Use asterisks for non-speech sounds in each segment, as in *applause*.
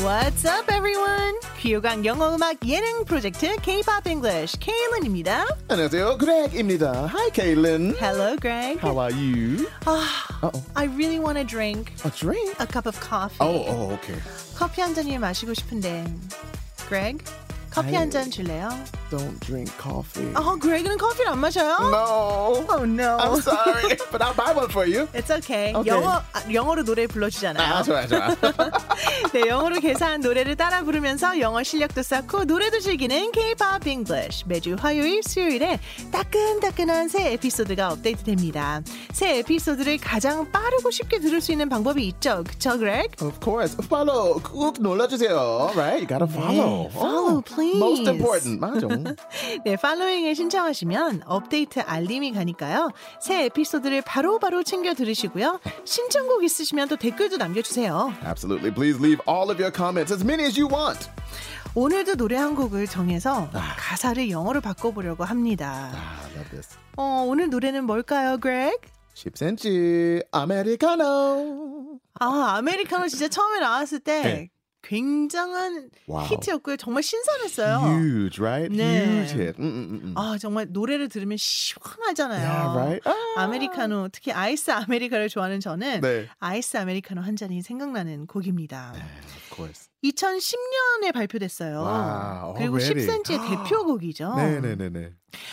What's up, everyone? 귀요강 영어 음악 예능 프로젝트 K-pop English 케일런입니다. 안녕하세요, 그렉입니다. Hi, Kaylin. Hello, Greg. How are you? oh, I really want to drink A drink? a cup of coffee. Oh, oh, okay. 커피 한 잔이 마시고 싶은데, Greg, 커피 아유. 한 잔 줄래요? Don't drink coffee. 어, Greg은 커피를 안 마셔요? No. Oh no. 음. I'm sorry, *laughs* but I'll buy one for you. It's okay. Okay. 영어 아, 영어로 노래 불러주잖아요. 아, 좋아, 좋아. 네, 영어로 개사한 노래를 따라 부르면서 영어 실력도 쌓고 노래도 즐기는 K-pop English. 매주 화요일, 수요일에 따끈따끈한 새 에피소드가 업데이트됩니다. 새 에피소드를 가장 빠르고 쉽게 들을 수 있는 방법이 있죠, 그쵸, Greg? of course. Follow. 꾹 눌러주세요. Right? You gotta follow. Oh. follow, please. Most important. 맞아. 네, 팔로잉을 신청하시면 업데이트 알림이 가니까요. 새 에피소드를 바로바로 챙겨 들으시고요. 신청곡 있으시면 또 댓글도 남겨주세요. Absolutely. Please leave all of your comments, as many as you want. 오늘도 노래 한 곡을 정해서 가사를 영어로 바꿔보려고 합니다. Ah, I love this. 어, 오늘 노래는 뭘까요, Greg? 10cm Americano. 아, 아메리카노 진짜 처음에 나왔을 때 네. 굉장한 와우. 히트였고요. 정말 신선했어요. Huge, right? 네. Huge hit. Mm, Mm-mm-mm. 아, 정말 노래를 들으면 시원하잖아요. Yeah, right? Ah. 아메리카노, 특히 아이스 아메리카노를 좋아하는 저는 네. 아이스 아메리카노 한 잔이 생각나는 곡입니다. Ah, Of course. 2010년에 발표됐어요. 와우, 그리고 already. *gasps* 10cm의 대표곡이죠. 네네네네.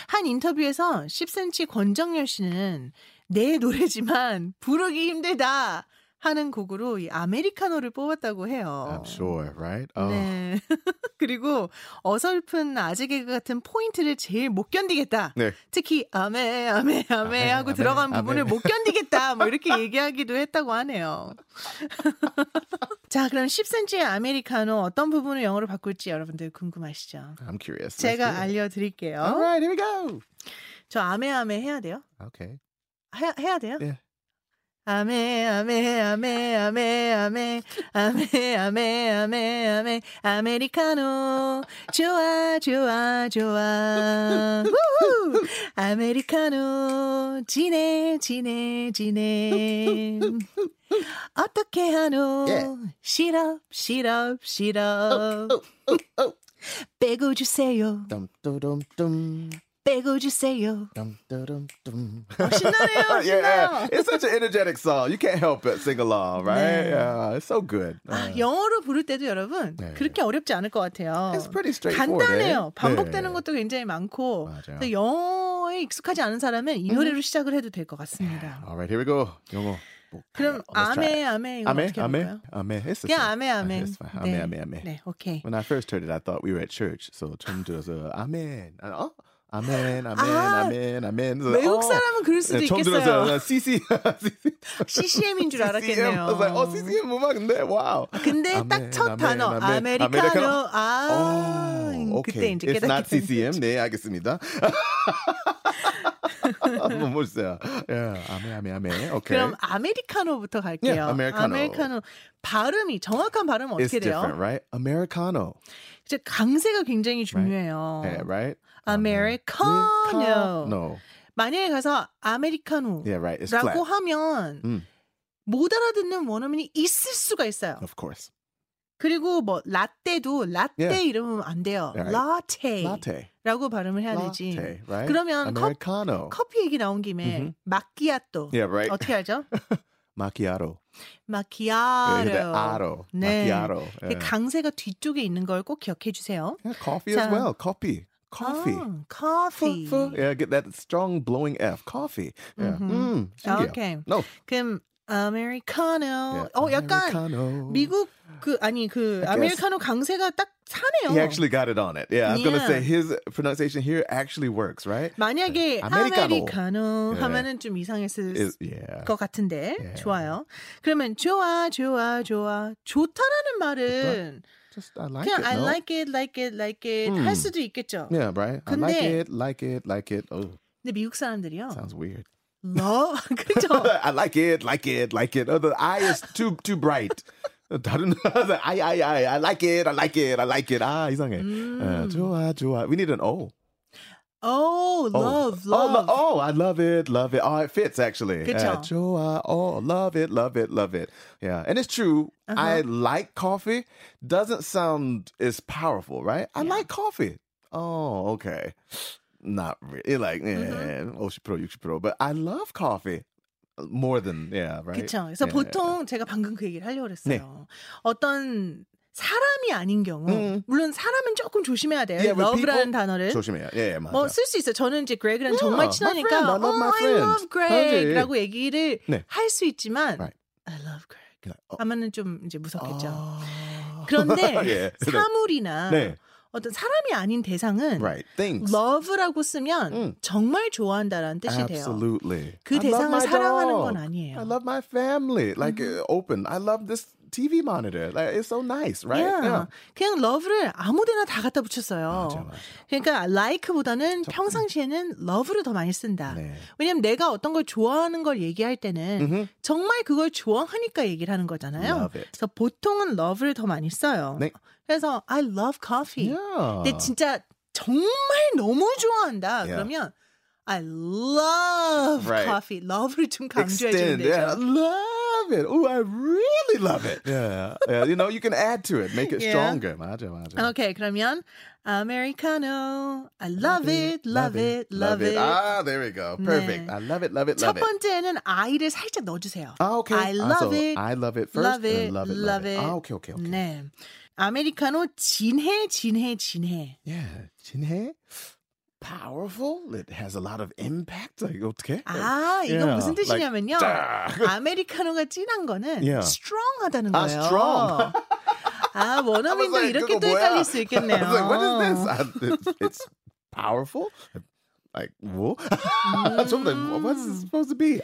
한 인터뷰에서 10cm 권정열 씨는 내 노래지만 부르기 힘들다 하는 곡으로 이 아메리카노를 뽑았다고 해요. I'm sure, right? Oh. 네. *laughs* 그리고 어설픈 아재 개그 같은 포인트를 제일 못 견디겠다. 네. 특히 아메 아메 아메 아메, 하고 아메, 들어간 아메. 부분을 못 견디겠다. 뭐 이렇게 얘기하기도 했다고 하네요. *laughs* 자, 그럼 10cm의 아메리카노 어떤 부분을 영어로 바꿀지 여러분들 궁금하시죠? I'm curious. Let's do 제가 it. 알려드릴게요. All right, here we go. 저 아메 아메 해야 돼요? Okay. 해, 해야 돼요? 예. 아메 아메 아메 아메 아메 아메 아메 아메 아메 아메리카노 좋아 좋아 좋아 우후! 아메리카노 지내 지내 지내 어떻게 하노 예. 어, 시럽 시럽 시럽 빼고 주세요 Dum dum dum dum 빼고 주세요 *laughs* dum dum dum. *laughs* 어, 신나네요 yeah, 신나요 it's such an energetic song. You can't help but sing along, right? 네. Yeah, it's so good. 아, Uh, 영어로 부를 때도 여러분 네. 그렇게 어렵지 않을 것 같아요. It's pretty straightforward. 간단해요. 반복되는 네. 것도 굉장히 많고 맞아요. 음. 그래서 영어에 익숙하지 않은 사람은 이 노래로 시작을 해도 될 것 같습니다. All right, here we go. 영어. 그럼 Let's try 아메 it. 아메 이거 네, 아메 어떻게 아메 볼까요? 아메. It's the 그냥 same. 아메 아메. It's fine. 아메 아메 어. 아메. 네, 오케이. When I first heard it, I thought we were at church. So 처음 들어서 아멘. 아, 어? *laughs* 아멘, 아멘, 아, 아멘, 아멘. 그래서, 외국 어. Uh-huh. 사람은 그럴 수도 네, 처음 있겠어요. 들어서 *laughs* CC, CC. CCM인 줄 CCM. I was like, "Oh, 어, 알았겠네요. CCM 음악인데, 와우. 근데 아멘, 딱 첫 아멘, 단어 아멘, 아메리카노 아메리카노. 아 오, 그때 오케이. 이제 Oh, It's 깨닫게 not 됐네. CCM. 네, 알겠습니다. *laughs* 한번 보세요. 예, 아메, 아메, 아메. 오케이. 그럼 아메리카노부터 갈게요. Yeah, 아메리카노. 아메리카노 발음이 정확한 발음 은 It's 어떻게 돼요? different, right? Americano. 이제 강세가 굉장히 중요해요. Yeah, right? 아메리카노. No. 만약에 가서 아메리카노라고 Yeah, right. It's flat. 하면 음. 못 알아듣는 원어민이 있을 수가 있어요. Of course. 그리고 뭐 라떼도 라떼 Yeah. 이러면 안 돼요. Yeah, 라떼라고 Latte. 발음을 해야 되지. Latte, right? 그러면 컵- Americano. 커피 얘기 나온 김에 음흠. 마키아또 Mm-hmm. Yeah, right. 어떻게 *laughs* 하죠? Macchiato. 마키아로. Yeah, *laughs* the Aro. 네. Macchiato. 그 Yeah. 강세가 뒤쪽에 있는 걸 꼭 기억해 주세요. Yeah, coffee 자. as well. Coffee. Coffee. 예, 아, Fu- 커피. fu- Yeah, get that strong blowing F. Coffee. Yeah. Mhm. Mm, 신기해요. Okay. Oh, No. 그럼 아메리카노. Yeah, 어 약간 Americano. 미국 그 아니 그 I guess. 아메리카노 강세가 딱 사네요. He actually got it on it. Yeah, I was gonna Yeah. say his pronunciation here actually works, right? 만약에 아메리카노. 아메리카노 네. 예. 하면은 좀 이상했을 Is- yeah. 것 같은데 예. 좋아요. 그러면 좋아 좋아 좋아 좋다라는 말은 Just I like 그냥 it. I no? like it like it like it 할 음. 수도 있겠죠. Yeah, right. I like 근데- it, like it, like it. Oh, 근데 미국 사람들이요. sounds weird. 러 *laughs* 그죠? *laughs* I like it, like it, like it. Oh, the eye is too too bright. *laughs* 다른 the I I I Ah, Uh, I like it, I like it, I like it. 아 이상해. 어, 좋아 좋아. We need an O. Oh, love, Oh, lo- love. Oh, I love it, love it. Oh, it fits actually. Good Yeah, job. 좋아. Oh, love it, love it, love it. Yeah, and it's true. Uh-huh. I like coffee. Doesn't sound as powerful, right? I like coffee. Oh, okay. Not really. Like, yeah, mm-hmm. 50%, 60%. But I love coffee more than, yeah, right? 그렇죠. 그래서 Yeah. 네. 보통 제가 방금 그 얘기를 하려고 했어요. 어떤 사람이 아닌 경우, 음. 물론 사람은 조금 조심해야 돼요. Yeah, with love라는 people, 단어를. 조심해요. 예, 예, 맞아. 뭐 쓸 수 있어요. 저는 이제 그렉이랑 정말 my 친하니까 friend. I love my oh, I friend. love 그렇지. Greg라고 얘기를 네. 할 수 있지만 Right. I love Greg 어, 하면은 좀 이제 무섭겠죠. 아. 그런데 *laughs* 예, 네. 사물이나 네. 어떤 사람이 아닌 대상은 Right. Things. love라고 쓰면 음. 정말 좋아한다라는 뜻이 돼요. Absolutely. 그 I love 대상을 my 사랑하는 건 dog. 아니에요. I love my family. Like uh, open. I love this TV monitor. Like it's so nice, right? Yeah. Yeah. 그냥 love를 아무데나 다 갖다 붙였어요. 맞아, 맞아. 그러니까 like보다는 평상시에는 love를 더 많이 쓴다. 네. 왜냐면 내가 어떤 걸 좋아하는 걸 얘기할 때는 정말 그걸 좋아하니까 얘기를 하는 거잖아요. Love it. 그래서 보통은 love를 더 많이 써요. 네. 그래서 I love coffee. Yeah. 근데 진짜 정말 너무 좋아한다. Yeah. 그러면 I love Right. coffee. love를 좀 강조해 주면 Extend. 되죠. Yeah. I love it. Oh, I really *laughs* love it. Yeah. yeah. You know, you can add to it, make it Yeah. stronger. 맞아, 맞아. 오케이 그러면 Americano, I love it, love it, love it. Ah, there we go. Perfect. I love it, love it, 첫 love it. 번째는 I를 살짝 넣어주세요. Ah, okay. I Ah, love so it, I love it first. love and then it, love it, love it. Ah, okay, okay, okay. 네, 아메리카노 진해, 진해, 진해. Yeah, 진해 powerful. It has a lot of impact. Like 어떻게? *laughs* 아, 이건 Yeah, 무슨 like 뜻이냐면요. 딱. 아메리카노가 진한 거는 Yeah. strong하다는 아, 거예요. strong. 아, I was 원어민도 like, 이렇게 그거 또 뭐야? 헷갈릴 수 있겠네요. I was like, what is this? I, it's, it's powerful. Like 뭐? *laughs* 좀 like, what's it supposed to be?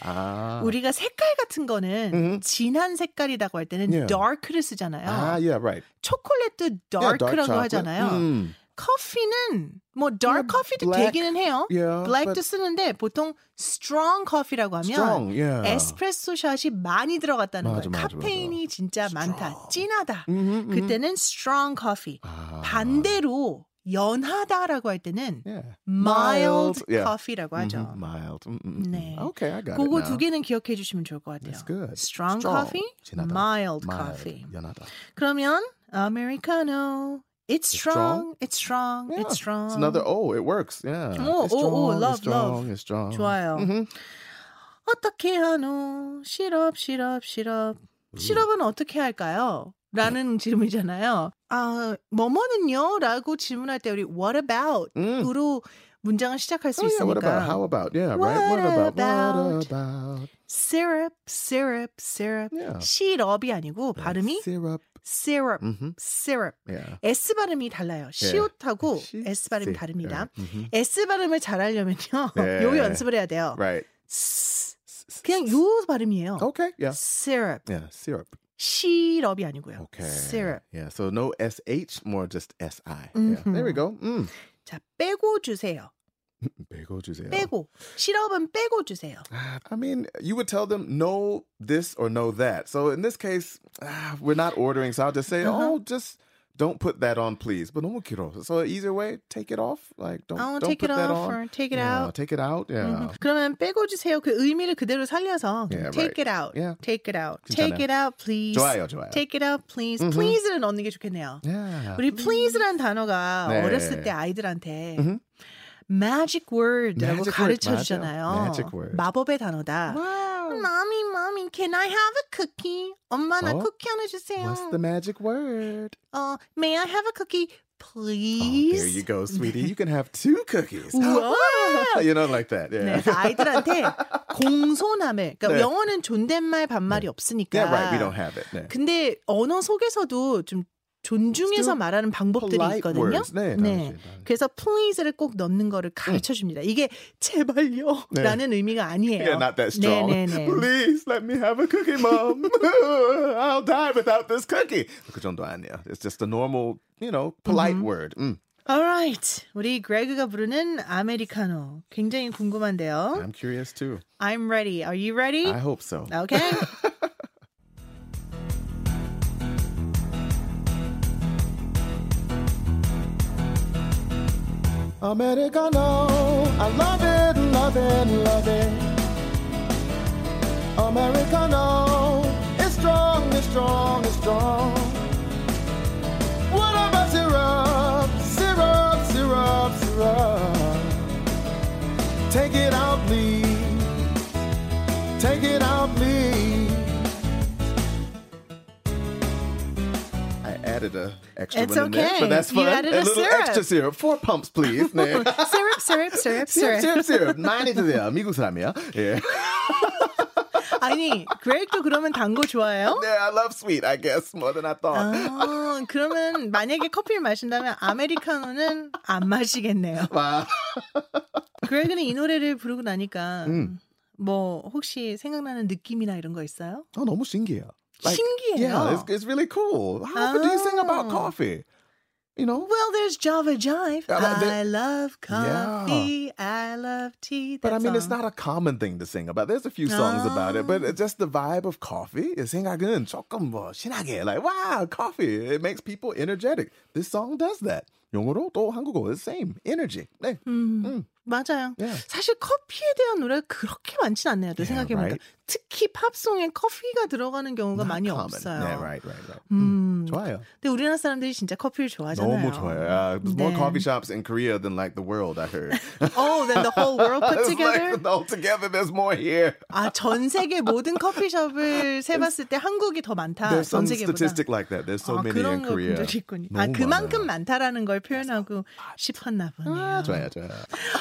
음. Ah. 아, Mm. 우리가 색깔 같은 거는 Mhm. 진한 색깔이라고 할 때는 Yeah. dark를 쓰잖아요. 아, Ah, yeah, right. 초콜릿도 dark라고 Yeah, chocolate. Mm. 하잖아요. 음. 커피는 뭐 dark Yeah, 커피도 black. 되기는 해요. Yeah, black도 but 쓰는데 보통 strong 커피라고 하면 strong. Yeah. 에스프레소 샷이 많이 들어갔다는 거예요. 맞아, 맞아, 맞아. 카페인이 진짜 많다. 진하다. 음, 음, 음. 그때는 strong coffee. 아. 반대로 연하다라고 할 때는 Yeah. mild, Yeah. coffee라고 하죠. Mhm, Mild. 음, 음, 음. 네. Okay, I got 그거 it. now. 두 개는 기억해 주시면 좋을 것 같아요. That's good. Strong, Strong. coffee, 진하다. mild, Mild. coffee. 연하다. 그러면 americano. It's strong. strong. It's strong. Yeah, It's strong. It's another oh, it works. Yeah. Oh, it's oh, oh, strong, love, it's strong, love. It's strong. 좋아요. Mhm. 어떻게 하노? 시럽, 시럽, 시럽. 음. 시럽은 어떻게 할까요? 네. 라는 질문이잖아요. 아, 뭐뭐는요? 라고 질문할 때 우리 what about? 음. 으로 문장을 시작할 수 Oh, Mm. yeah, 있으니까. what about? How about? Yeah, right. What What about? about? What about? syrup, syrup, syrup. Yeah. 시럽이 아니고 발음이 syrup. syrup, Mm-hmm. syrup. Yeah. S 발음이 달라요. 시옷하고 S 발음이 다릅니다. Mm-hmm. S 발음을 잘 하려면요. *laughs* 네. 요 연습을 해야 돼요. Right. Oh. s- oh. 그냥 요 발음이에요. Okay. Yeah. syrup. Yeah. Syrup. 시럽이 아니고요. Okay. syrup. Yeah. So no S H, more just S I. Yeah. Mhm. There we go. Mm. 자, 빼고 주세요. 빼고 주세요. 빼고. 시럽은 빼고 주세요. Ah, I mean, you would tell them no this or no that. So in this case, ah, we're not ordering. So I'll just say, Uh-huh. oh, just don't put that on, please. But no kiro. So either way, take it off. Like don't, I'll Oh, don't take put it that off or on. take it Yeah, out. Mm-hmm. Take it out. Yeah. 음, 그러면 빼고 주세요. 그 의미를 그대로 살려서 Yeah, take it right. out. Yeah. take it out. 괜찮아요. take it out please. 좋아요, 좋아요. take it out please. please를 넣는 게 좋겠네요. Yeah. 우리 please란 단어가 아. 네. 어렸을 때 아이들한테 Mhm. magic word라고 Magic word, 가르쳐 맞아요. 주잖아요. Magic word. 마법의 단어다. Wow. Mommy, mommy, can I have a cookie? 엄마 나 어? 쿠키 하나 주세요. What's the magic word? 어, may I have a cookie, Oh, please? there *laughs* you go, sweetie. You can have two cookies. 우와. Wow, *laughs* you know, like that. 네, Yeah. 그래서 아이들한테 공손함을, 그러니까 네. 영어는 존댓말 반말이 없으니까. *laughs* yeah, right. We don't have it. 네. 근데 언어 속에서도 좀 존중해서 Still 말하는 방법들이 polite 있거든요. words. 네, 당연히, 당연히. 음. 그래서 please를 꼭 넣는 거를 가르쳐 줍니다. 이게 네. 제발요라는 의미가 *laughs* 아니에요. Yeah, not that strong. 네, 네, 네. Please let me have a cookie, mom. *laughs* I'll die without this cookie. 그 정도 아니야. It's just a normal, you know, polite word. Mm. Alright, 우리 그레그가 부르는 아메리카노 굉장히 궁금한데요. I'm curious too. I'm ready. Are you ready? I hope so. Okay. Americano. I love it, love it, love it. Americano. It's strong, it's strong, it's strong. What about syrup? Syrup, syrup, syrup. Take it out, please. Take it out, please. I added a extra It's one in there, okay. but that's You fun. added a a little syrup. extra syrup. Four pumps, *laughs* please. 네. syrup, syrup, syrup, syrup, syrup. syrup, syrup. 많이 드세요. 미국 사람이야. 예. 아니, 그렉도 그러면 단 거 좋아해요? Yeah, I love sweet, I guess, more than I thought. 아, 그러면 만약에 커피를 마신다면 아메리카노는 안 마시겠네요. 와. 그렉은 이 노래를 부르고 나니까 음. 뭐 혹시 생각나는 느낌이나 이런 거 있어요? 어, 너무 신기해요. Yeah, 신기해요. it's, it's really cool. How do you sing about Oh. coffee? You know? Well, there's Java Jive. Yeah, like I that- love Yeah. coffee. I love tea. But I That mean, it's song. not a common thing to sing about. There's a few songs about it, but it's just the vibe of coffee is 생각은 조금 뭐 신나게. Like, wow, coffee. It makes people energetic. This song does that. 영어로 또 한국어 the same. Energy. 네. 음, 음. 맞아요. Yeah. 사실 커피에 대한 노래가 그렇게 많진 않네요. 또 Yeah, 생각해보니까 right. 특히 팝송에 커피가 들어가는 경우가 많이 없어요. Yeah, right, right, right. 음, 좋아요. 근데 우리나라 사람들이 진짜 커피를 좋아하잖아요. 너무 좋아요. Uh, there's more 네. coffee shops in Korea than like the world, I *laughs* heard. Oh, then the whole world *laughs* put It's together. Like, all together, there's more here. 아, 전 세계 모든 커피숍을 세봤을 때 한국이 더 많다. There's 네, some 전 세계보다. statistic like that. There's so 아, many 그런 in 걸 Korea. 본적 있군요. 아, 너무 그만큼 많아요. 많다라는 걸 표현하고 싶었나 보네요. 아, 좋아요, 좋아요.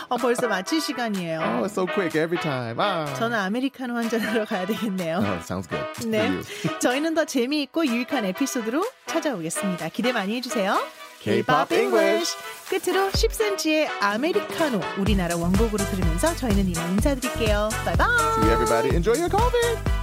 어, 벌써 마칠 Oh, 시간이에요. it's so quick every time. Ah. 저는 아메리카노 한 잔 하러 가야 되겠네요. Oh, sounds good. 네. For you. 저희는 더 재미있고 유익한 에피소드로 찾아오겠습니다. 기대 많이 해주세요. K-pop English. 끝으로 10cm의 아메리카노 우리나라 원곡으로 들으면서 저희는 이만 인사드릴게요. 바이바이. See you, everybody. Enjoy your coffee.